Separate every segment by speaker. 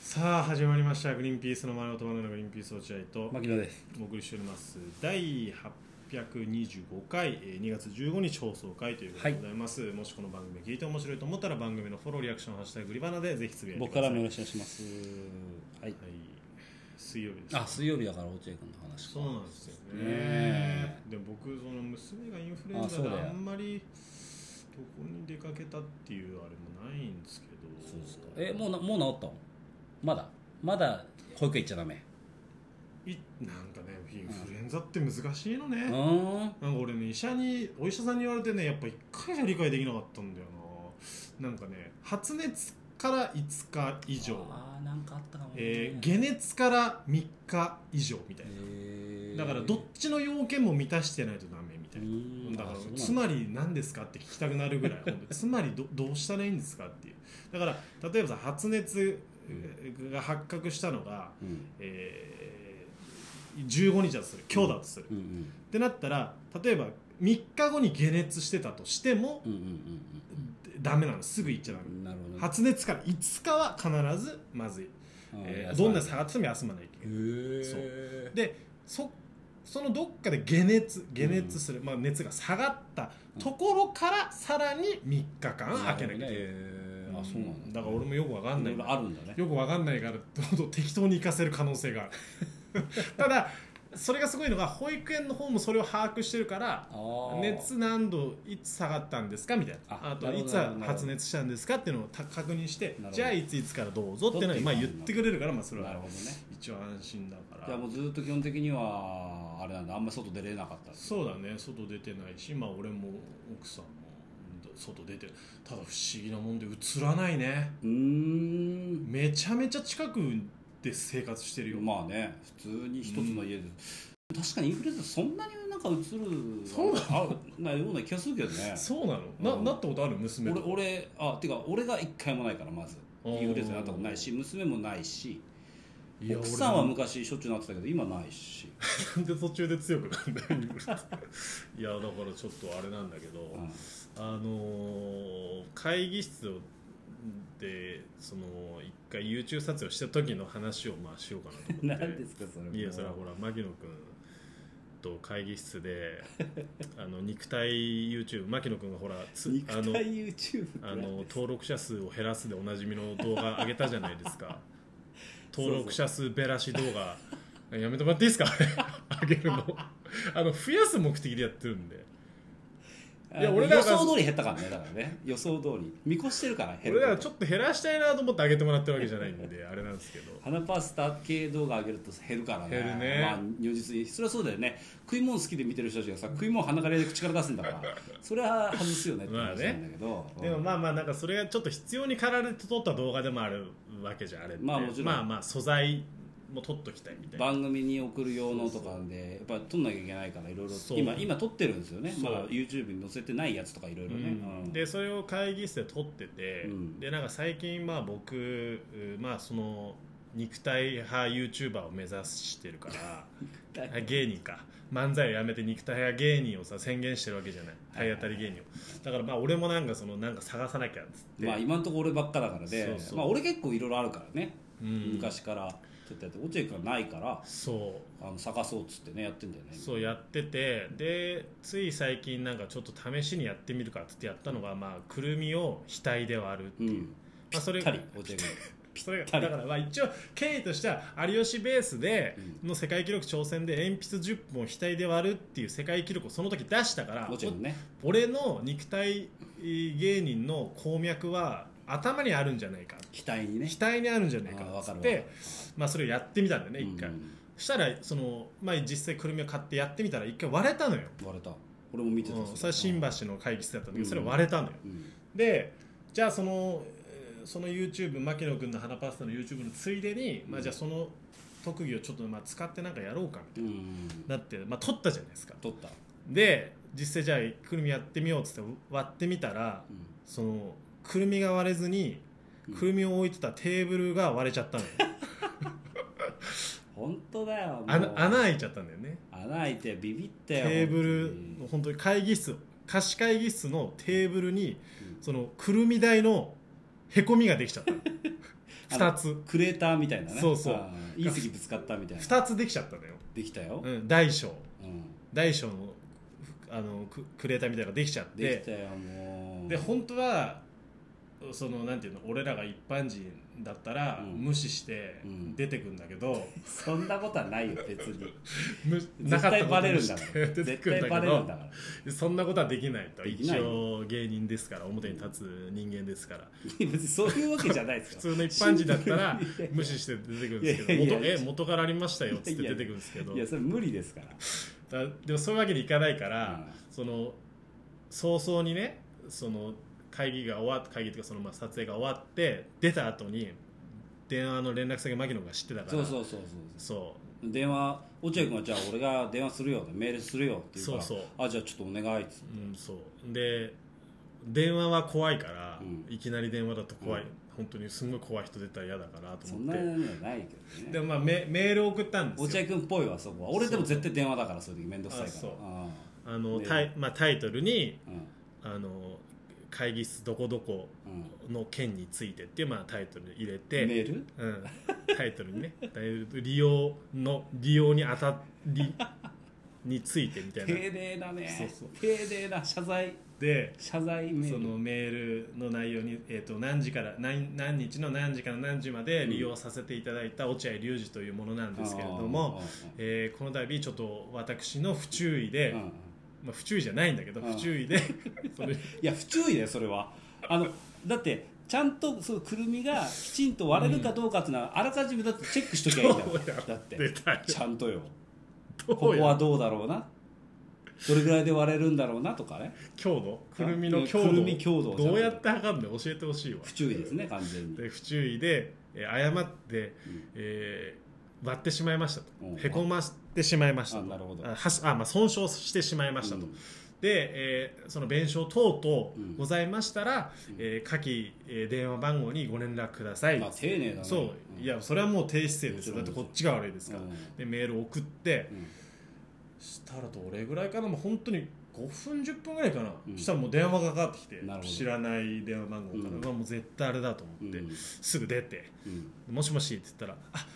Speaker 1: さあ始まりました「グリーンピースの丸男のグリーンピース落合」と
Speaker 2: 牧野です。
Speaker 1: お送りしております第825回えー2月15日放送回ということでございます、もしこの番組聞いて面白いと思ったら番組のフォローリアクション「ハッシュタググリバナ」でぜひつぶやいて
Speaker 2: 僕
Speaker 1: く
Speaker 2: か
Speaker 1: ださ
Speaker 2: ら
Speaker 1: い
Speaker 2: もよろしくお願いします。は
Speaker 1: は
Speaker 2: い。
Speaker 1: い、水曜日です
Speaker 2: あ、水曜日だから落合君の話か。
Speaker 1: そうなんですよね
Speaker 2: ねえ
Speaker 1: でも僕その娘がインフルエン
Speaker 2: あ
Speaker 1: ザ
Speaker 2: そう
Speaker 1: で
Speaker 2: だよ
Speaker 1: あんまりどこに出かけたっていうあれもないんですけど
Speaker 2: そうですか。え、もうなもう治ったの？まだまだ保育園行っちゃダメ。
Speaker 1: いなんかねインフルエンザって難しいのね、
Speaker 2: うーん。
Speaker 1: なんか俺ね医者にお医者さんに言われてねやっぱ一回じゃ理解できなかったんだよななんかね発熱から5日以上、
Speaker 2: あーなんかあったかもね。
Speaker 1: えー解熱から3日以上みたいな、
Speaker 2: えー
Speaker 1: だからどっちの要件も満たしてないとダメみた
Speaker 2: う
Speaker 1: いな、
Speaker 2: ーん
Speaker 1: だから
Speaker 2: あそうなん
Speaker 1: つまり何ですかって聞きたくなるぐらい本当つまりどどうしたらいいんですかっていうだから例えばさ発熱が発覚したのが、
Speaker 2: うん
Speaker 1: えー15日だとする今日だとする、
Speaker 2: うんうん
Speaker 1: ってなったら例えば3日後に解熱してたとしても
Speaker 2: うんうん
Speaker 1: ダメなのすぐ行っちゃダ
Speaker 2: うんう
Speaker 1: メ
Speaker 2: ん。なるほどね。
Speaker 1: 発熱から5日は必ずまずい、
Speaker 2: あー
Speaker 1: えー
Speaker 2: 休ま
Speaker 1: どん
Speaker 2: な
Speaker 1: ない下がってても休まないといけ
Speaker 2: へ
Speaker 1: ないそう
Speaker 2: ー
Speaker 1: でそそのどっかで解熱解熱する、まあ、熱が下がったところからさらに3日間開けなきゃいけない、
Speaker 2: えーあ、そうなんだ。
Speaker 1: だから俺もよくわかんない
Speaker 2: いろいろあるんだね。
Speaker 1: よくわかんないからどん どん適当に行かせる可能性があるただそれがすごいのが保育園の方もそれを把握してるから
Speaker 2: あー
Speaker 1: 熱何度いつ下がったんですかみたいなあ
Speaker 2: あ
Speaker 1: と
Speaker 2: なる
Speaker 1: い
Speaker 2: ほど
Speaker 1: つ
Speaker 2: なるほど
Speaker 1: 発熱したんですかっていうのをた確認して
Speaker 2: なるほど
Speaker 1: じゃあいついつからどうぞっていうのをまあ言ってくれるからまあそれ
Speaker 2: なる
Speaker 1: は
Speaker 2: ほどね。
Speaker 1: 一応安心だか
Speaker 2: じゃあ
Speaker 1: ら
Speaker 2: もうずっと基本的にはあれなんだあんまり外出れなかったんです
Speaker 1: そうだね外出てないしまあ俺も奥さんも外出てただ不思議なもんで映らないね
Speaker 2: うーん
Speaker 1: めちゃめちゃ近くで生活してるよ
Speaker 2: まあね普通に一つの家で、確かにインフルエンザそんなになんかうつる
Speaker 1: そうな
Speaker 2: あなような気がするけどね
Speaker 1: そうなの、
Speaker 2: うん
Speaker 1: ななったことある娘と
Speaker 2: 俺
Speaker 1: か
Speaker 2: 俺あてか俺が一回もないからまず
Speaker 1: あー
Speaker 2: インフルエンザになったことないし娘もないし
Speaker 1: いや
Speaker 2: 奥さんは
Speaker 1: 俺
Speaker 2: 昔しょっちゅうなってたけど今ないし、
Speaker 1: なんで途中で強くなんだよいやだからちょっとあれなんだけど、
Speaker 2: うん
Speaker 1: あのー会議室をでその一回 YouTube 撮影をした時の話をまあしようかなと思って
Speaker 2: 何ですかそれ
Speaker 1: いやそれはほら牧野君と会議室で あの肉体 YouTube 牧野君がほらつ
Speaker 2: 肉体
Speaker 1: あの
Speaker 2: YouTube って
Speaker 1: あの登録者数を減らすでおなじみの動画上げたじゃないです か登録者数べらし動画やめてもらっていいですか あれ上げるのあの増やす目的でやってるんでいや
Speaker 2: あの
Speaker 1: 俺らが
Speaker 2: 予想通り減ったからねだからね予想通り見越してるから減
Speaker 1: 俺
Speaker 2: ること
Speaker 1: らちょっと減らしたいなと思って上げてもらってるわけじゃないん であれなんですけど
Speaker 2: 花パスタ系動画上げると減るからね
Speaker 1: 減るね
Speaker 2: まあ、如実にそれはそうだよね食い物好きで見てる人たちがさ食い物鼻から口から出すんだからそれは外すよねって話なんだけど、
Speaker 1: でも
Speaker 2: うん
Speaker 1: まあまあなんかそれがちょっと必要に駆られて撮った動画でもあるわけじゃんあれって
Speaker 2: まあもちろん
Speaker 1: まあまあ素材も撮っときたいみたいな
Speaker 2: 番組に送る用のとかでやっぱ撮んなきゃいけないからいろいろ
Speaker 1: そう
Speaker 2: 今今撮ってるんですよね
Speaker 1: そ
Speaker 2: ま
Speaker 1: う
Speaker 2: だ YouTube に載せてないやつとかいろいろね、うん
Speaker 1: でそれを会議室で撮ってて、
Speaker 2: うん
Speaker 1: でなんか最近まあ僕うまあその肉体派 YouTuber を目指してるからあ芸人か漫才をやめて肉体派芸人をさ宣言してるわけじゃない体当たり芸人をだからまあ俺もなんかそのなんか探さなきゃっつって、
Speaker 2: まあ今のところ俺ばっかだからで
Speaker 1: そうそう
Speaker 2: まあ、俺結構いろいろあるからね、
Speaker 1: うん
Speaker 2: 昔からちょっとやって落合君がないから
Speaker 1: そう
Speaker 2: あの探そうっつってねやってんだよね
Speaker 1: そうやっててでつい最近なんかちょっと試しにやってみるかっつってやったのが、まあ、くるみを額で割るって
Speaker 2: う
Speaker 1: いう、
Speaker 2: ん
Speaker 1: まあ、そ
Speaker 2: ぴ
Speaker 1: れ
Speaker 2: ったり落合君
Speaker 1: それが
Speaker 2: たり
Speaker 1: だからまあ一応経緯としては有吉ベースで
Speaker 2: う
Speaker 1: の世界記録挑戦で鉛筆10本を額で割るっていう世界記録をその時出したから
Speaker 2: 落合君ね
Speaker 1: 俺の肉体芸人の鉱脈は頭にあるんじゃないか
Speaker 2: 額にね
Speaker 1: 額にあるんじゃないか
Speaker 2: あーわ
Speaker 1: っつ
Speaker 2: かる
Speaker 1: っ
Speaker 2: わか
Speaker 1: て
Speaker 2: る
Speaker 1: まあそれをやってみたんだよね一回、
Speaker 2: うん
Speaker 1: したらその、まあ、実際くるみを買ってやってみたら一回割れたのよ、
Speaker 2: 割れた俺も見てた
Speaker 1: うん、それは新橋の会議室だったんだけどそれは割れたのよ、
Speaker 2: うん
Speaker 1: でじゃあそのえーその YouTube 牧野君の花パスタの YouTube のついでに、まあ、じゃあその特技をちょっとまあ使ってなんかやろうかみた
Speaker 2: う
Speaker 1: い
Speaker 2: ん
Speaker 1: なだって、まあ、撮ったじゃないですか
Speaker 2: 取った
Speaker 1: で実際じゃあくるみやってみようっつって割ってみたら
Speaker 2: うん
Speaker 1: そのくるみが割れずに
Speaker 2: うん
Speaker 1: くるみを置いてたテーブルが割れちゃったのよ
Speaker 2: 本当だよもう
Speaker 1: 穴穴開いちゃったんだよね
Speaker 2: 穴開いてビビったよ
Speaker 1: テーブル
Speaker 2: 本
Speaker 1: の本当に会議室貸し会議室のテーブルに
Speaker 2: 当にうん
Speaker 1: そのくるみ台のへこみができちゃったの
Speaker 2: あ
Speaker 1: 2つ
Speaker 2: クレーターみたいなね
Speaker 1: そうそう
Speaker 2: あー隕石ぶつかったみたいな
Speaker 1: 2つできちゃったのよ、
Speaker 2: できたよ、うん
Speaker 1: うん、大小大小のあのククレーターみたいなのができちゃって
Speaker 2: できたよもう
Speaker 1: で本当はそのなんていうの俺らが一般人だったら
Speaker 2: うん
Speaker 1: 無視して
Speaker 2: うん
Speaker 1: 出てくんだけ ど、
Speaker 2: そんなことはないよ別に
Speaker 1: む な
Speaker 2: 絶
Speaker 1: かっ
Speaker 2: 対
Speaker 1: たこ
Speaker 2: バ
Speaker 1: と
Speaker 2: レ
Speaker 1: に
Speaker 2: るん
Speaker 1: し
Speaker 2: だか
Speaker 1: て
Speaker 2: ら
Speaker 1: 出て
Speaker 2: 絶
Speaker 1: くるん
Speaker 2: 対
Speaker 1: だ
Speaker 2: バ
Speaker 1: け
Speaker 2: レるん
Speaker 1: ど
Speaker 2: だから
Speaker 1: そんなことはできないと
Speaker 2: できない
Speaker 1: 一
Speaker 2: よ
Speaker 1: 応芸人ですから表に立つ人間ですから
Speaker 2: 別にそういうわけじゃないです
Speaker 1: 普
Speaker 2: よ
Speaker 1: 通の一般人だった ら無視して出てくるんですけど
Speaker 2: いやいや
Speaker 1: 元
Speaker 2: いや
Speaker 1: え元からありましたよっつって出てくるんですけど
Speaker 2: いやそれ無理ですか ら
Speaker 1: だでもそういうわけにいかないから、
Speaker 2: う
Speaker 1: その早々にねその会議が終わって会議というかそのまあ撮影が終わって出た後に電話の連絡先牧野が知ってたから
Speaker 2: そうそうそうそう
Speaker 1: そ
Speaker 2: 電話落合君はじゃあ俺が電話するよメールするよって言うから
Speaker 1: そうそう
Speaker 2: あじゃあちょっとお願いっつって
Speaker 1: う,、うん、そうで電話は怖いから、
Speaker 2: うん
Speaker 1: いきなり電話だと怖い、
Speaker 2: うん
Speaker 1: 本当にすんごい怖い人出たら嫌だからと
Speaker 2: そ
Speaker 1: 思
Speaker 2: ん
Speaker 1: っ
Speaker 2: なの
Speaker 1: て
Speaker 2: はないけど
Speaker 1: で
Speaker 2: ね
Speaker 1: もまあメメールを送ったんですよ
Speaker 2: 落合君っぽいわそこは俺でも絶対電話だからそういう時面倒くさいから
Speaker 1: あそう
Speaker 2: あ
Speaker 1: あの
Speaker 2: ね
Speaker 1: タイまあ、タイトルに
Speaker 2: ーうん
Speaker 1: あの「会議室どこどこ
Speaker 2: うん
Speaker 1: の件について」っていう、まあ、タイトル入れ
Speaker 2: メ
Speaker 1: て、
Speaker 2: ール
Speaker 1: うん、タイトルにねタイトル利用の利用にあたりについてみたいな
Speaker 2: 丁寧だね
Speaker 1: そうそう
Speaker 2: 丁寧な謝罪
Speaker 1: で
Speaker 2: 謝罪メー
Speaker 1: そ
Speaker 2: ル
Speaker 1: のメールの内容に、えー、と何時から何何日の何時から何時まで利用させていただいた落合隆二というものなんですけれども、えーこの度ちょっと私の不注意
Speaker 2: あ
Speaker 1: で、
Speaker 2: ーうん
Speaker 1: まあ、不注意じゃないんだけど
Speaker 2: うん
Speaker 1: 不注意 でそれ
Speaker 2: いや不注意だよそれはあのだってちゃんとそのくるみがきちんと割れるかどうかっていうのは、あらかじめだってチェックしときゃいいんだ
Speaker 1: どうや
Speaker 2: よだって
Speaker 1: 出たよ
Speaker 2: ちゃんとよ
Speaker 1: ど
Speaker 2: こ
Speaker 1: う
Speaker 2: こは
Speaker 1: や
Speaker 2: どうだろうなどれぐらいで割れるんだろうなとかね
Speaker 1: 強度くるみの強
Speaker 2: くるみ強
Speaker 1: 度
Speaker 2: 度
Speaker 1: を
Speaker 2: を
Speaker 1: どうやって測るの教えてほしいわ
Speaker 2: 不注意ですね完全に
Speaker 1: で不注意で、えー誤って、えー割ってしまいましたと
Speaker 2: うん
Speaker 1: へこましてしまいましたと
Speaker 2: あなるほど
Speaker 1: あはしあ、まあ、損傷してしまいましたと、
Speaker 2: うん
Speaker 1: で、えーその弁償等々
Speaker 2: うん
Speaker 1: ございましたら、えー下記、えー電話番号にご連絡ください、
Speaker 2: まあ丁寧だね
Speaker 1: そう、
Speaker 2: うん
Speaker 1: いやそれはもう低姿勢ですよだっ
Speaker 2: もち
Speaker 1: て
Speaker 2: ろん
Speaker 1: こっちが悪いですから、
Speaker 2: うん
Speaker 1: でメールを送って
Speaker 2: う、ん
Speaker 1: したらどれぐらいかなもう本当に5分10分ぐらいかな、
Speaker 2: うん
Speaker 1: したらもう電話がかかってきて
Speaker 2: なるほど
Speaker 1: 知らない電話番号から、
Speaker 2: うん
Speaker 1: うわもう絶対あれだと思って、
Speaker 2: うん
Speaker 1: すぐ出て
Speaker 2: う
Speaker 1: 「
Speaker 2: ん
Speaker 1: もしもし」って言ったら「あ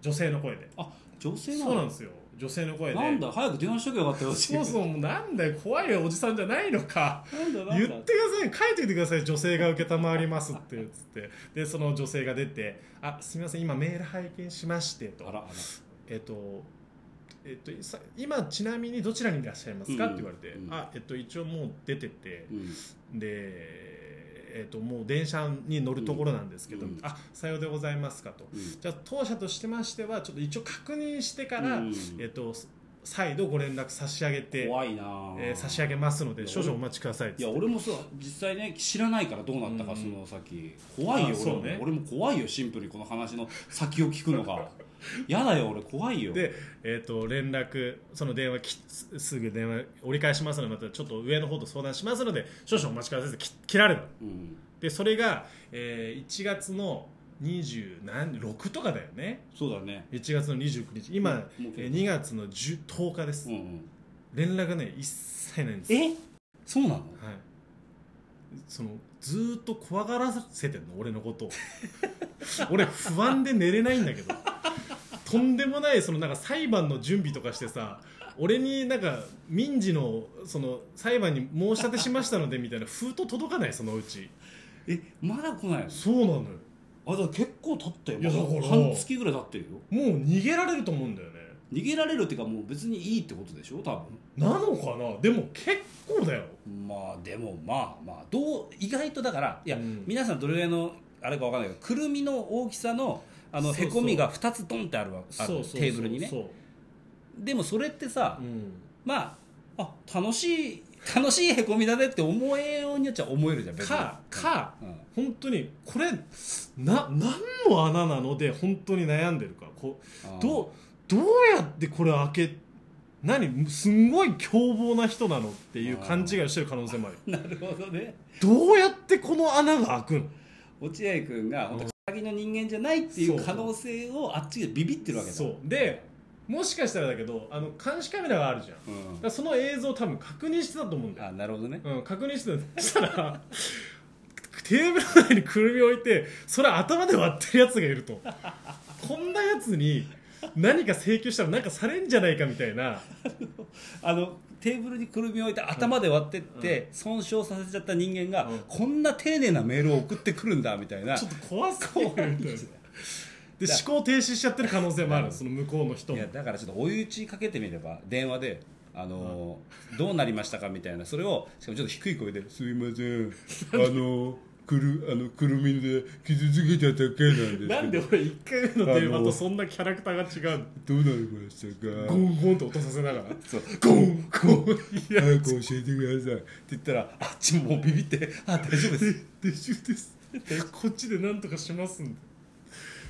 Speaker 1: 女性の声で
Speaker 2: あ女」性な
Speaker 1: そうなん
Speaker 2: の
Speaker 1: ですよ女性の声で
Speaker 2: なんだ早く電話しときゃよかったよ
Speaker 1: そうそうもうなんだよ怖いおじさんじゃないのか
Speaker 2: なんだなんだ
Speaker 1: 言ってください書いていてください女性が承りますって言ってでその女性が出て「あすみません今メール拝見しまして」と
Speaker 2: あらあら
Speaker 1: えっと、えっと、さ今ちなみにどちらにいらっしゃいますか、
Speaker 2: うん
Speaker 1: って言われて、
Speaker 2: うん
Speaker 1: あえっと一応もう出てて
Speaker 2: う、ん
Speaker 1: でえっともう電車に乗るところなんですけど、
Speaker 2: うん
Speaker 1: あさようでございますかと、
Speaker 2: うん
Speaker 1: じゃあ当社としてましてはちょっと一応確認してから、
Speaker 2: うん
Speaker 1: えっと再度ご連絡差し上げて、
Speaker 2: 怖いなあ
Speaker 1: えー差し上げますの
Speaker 2: い
Speaker 1: で
Speaker 2: や
Speaker 1: 少々お待ちくださいっつっ
Speaker 2: い
Speaker 1: て
Speaker 2: や俺もそう実際ね知らないからどうなったか、
Speaker 1: うん
Speaker 2: その先怖いよ
Speaker 1: あ
Speaker 2: 俺
Speaker 1: そう
Speaker 2: も、
Speaker 1: ね
Speaker 2: 俺も怖いよシンプルにこの話の先を聞く のがやだよ俺怖いよ
Speaker 1: で、えー、と連絡その電話きすすぐ電話折り返しますのでまたちょっと上の方と相談しますので少々お待ちくださいって切切られたの
Speaker 2: うん、
Speaker 1: でそれが、えー1月の26とかだよね
Speaker 2: そうだね
Speaker 1: 1月の29日今、
Speaker 2: うんもう
Speaker 1: えー2月の 10, 10日です、
Speaker 2: うんうん
Speaker 1: 連絡がね一切ないんです
Speaker 2: えそうなの
Speaker 1: はい、そのずーっと怖がらせてんの俺のことを 俺不安で寝れないんだけどとんでもないそのなんか裁判の準備とかしてさ俺になんか民事のその裁判に申し立てしましたのでみたいな封筒届かないそのうち
Speaker 2: えまだ来ないの
Speaker 1: そうなのよ
Speaker 2: あだから結構経って
Speaker 1: いやだから
Speaker 2: 半月ぐらい経ってるよ
Speaker 1: もう逃げられると思うんだよね
Speaker 2: 逃げられるっていうかもう別にいいってことでしょ多
Speaker 1: なのかなでも結構だよ
Speaker 2: 分まあでもまあまあどう意外とだからいや、
Speaker 1: うん
Speaker 2: 皆さんどれぐらいのあれかわかんないけどくるみの大きさのあの
Speaker 1: そうそう
Speaker 2: へこみが2つドンってあるわあるテーブルにね
Speaker 1: そう、
Speaker 2: でもそれってさ、
Speaker 1: うん、
Speaker 2: まああ楽しい楽しいへこみだねって思えようによっちゃ思えるじゃん別に
Speaker 1: かか
Speaker 2: うんうん
Speaker 1: 本当にこれな何の穴なので本当に悩んでるかこうどうどうやってこれ開け何すんごい凶暴な人なのっていう勘違いをしてる可能性もある
Speaker 2: なるほどね
Speaker 1: どうやってこの穴が開くの
Speaker 2: 落合君が本当カギの人間じゃないっていう可能性をあっちでビビってるわけだ
Speaker 1: そうでもしかしたらだけどあの監視カメラがあるじゃんだか
Speaker 2: うん、
Speaker 1: らその映像を多分確認してたと思うんだよ、
Speaker 2: あなるほどね
Speaker 1: うん、確認してたそしたらテーブル内にくるみ置いてそれ頭で割ってるやつがいるとこんなやつに何か請求したら何かされんじゃないかみたいな
Speaker 2: あのテーブルにくるみを置いて頭で割ってって、損傷させちゃった人間が、
Speaker 1: うん
Speaker 2: こんな丁寧なメールを送ってくるんだみたいな
Speaker 1: ちょっと怖そうみたいなで
Speaker 2: だ
Speaker 1: 思考停止しちゃってる可能性もあるその向こうの人
Speaker 2: い
Speaker 1: も
Speaker 2: やだからちょっと追い打ちかけてみれば電話で、あのーどうなりましたかみたいなそれをしかもちょっと低い声で「すいませんあのーくるあのくるみで傷つけちゃっただけなんですけど
Speaker 1: なんで俺1回目のテーマとそんなキャラクターが違うの
Speaker 2: どうなりましたか
Speaker 1: ゴンゴンって音させながら
Speaker 2: そう
Speaker 1: ゴンゴンいや
Speaker 2: 早く教えてください」って言ったらあっちももうビビって「あ大丈夫です」
Speaker 1: 大丈夫ですこっちで何とかしますんで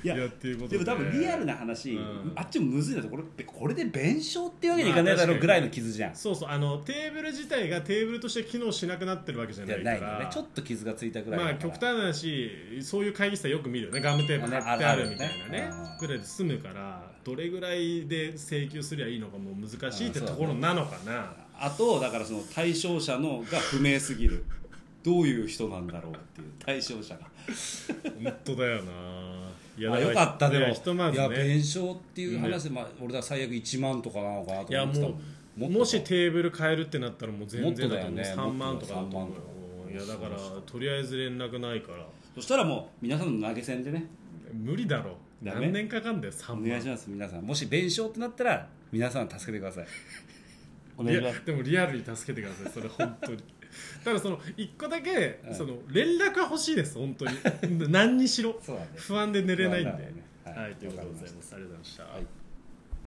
Speaker 2: いや
Speaker 1: っていうこと
Speaker 2: でも多分リアルな話、
Speaker 1: うん
Speaker 2: あっちもむずいなとこれこれで弁償っていうわけにいかないだろうぐらいの傷じゃん、
Speaker 1: そうそうあのテーブル自体がテーブルとして機能しなくなってるわけじゃ
Speaker 2: じ
Speaker 1: な
Speaker 2: ゃ
Speaker 1: いか
Speaker 2: ない
Speaker 1: ら
Speaker 2: のねちょっと傷がついたぐらいだ
Speaker 1: ま
Speaker 2: か
Speaker 1: あ
Speaker 2: ら
Speaker 1: 極端な話そういう会議室はよく見るよねガムテープ貼ってあるみたいなね
Speaker 2: あるあるね
Speaker 1: ぐらいで済むからどれぐらいで請求すりゃいいのかもう難しいって
Speaker 2: あそ
Speaker 1: と
Speaker 2: うだね
Speaker 1: ころなのかな
Speaker 2: あとだからその対象者のが不明すぎるどういう人なんだろうっていう対象者が
Speaker 1: 本当だよない
Speaker 2: あ
Speaker 1: だ
Speaker 2: よ
Speaker 1: ら
Speaker 2: かったでも、
Speaker 1: ねひとま
Speaker 2: い
Speaker 1: ず
Speaker 2: や
Speaker 1: ね
Speaker 2: 弁償っていう話で、まあ、俺は最悪1万とかなのかなと
Speaker 1: いや
Speaker 2: 思ってた
Speaker 1: も
Speaker 2: もん
Speaker 1: う
Speaker 2: もっとか
Speaker 1: もしテーブル変えるってなったらもう全然だと思う、
Speaker 2: もっとだよね
Speaker 1: 3万とかだと思うよい
Speaker 2: 3万
Speaker 1: や
Speaker 2: とか
Speaker 1: だからとりあえず連絡ないから
Speaker 2: そしたらもう皆さんの投げ銭でね
Speaker 1: 無理だろ
Speaker 2: ダメ
Speaker 1: 何年かかんだよ3
Speaker 2: お
Speaker 1: 万
Speaker 2: 願いします皆さんもし弁償ってなったら皆さん助けてく ださいお願いし
Speaker 1: い
Speaker 2: ま
Speaker 1: や
Speaker 2: す
Speaker 1: でもリアルに助けてくださいそれ本当に ただその一個だけ、
Speaker 2: うん
Speaker 1: その連絡は欲しいです本当に 何にしろ
Speaker 2: そうだね
Speaker 1: 不安で寝れないんで、
Speaker 2: 不安だよねは
Speaker 1: はいい、ということでございますありがとうございました、
Speaker 2: はい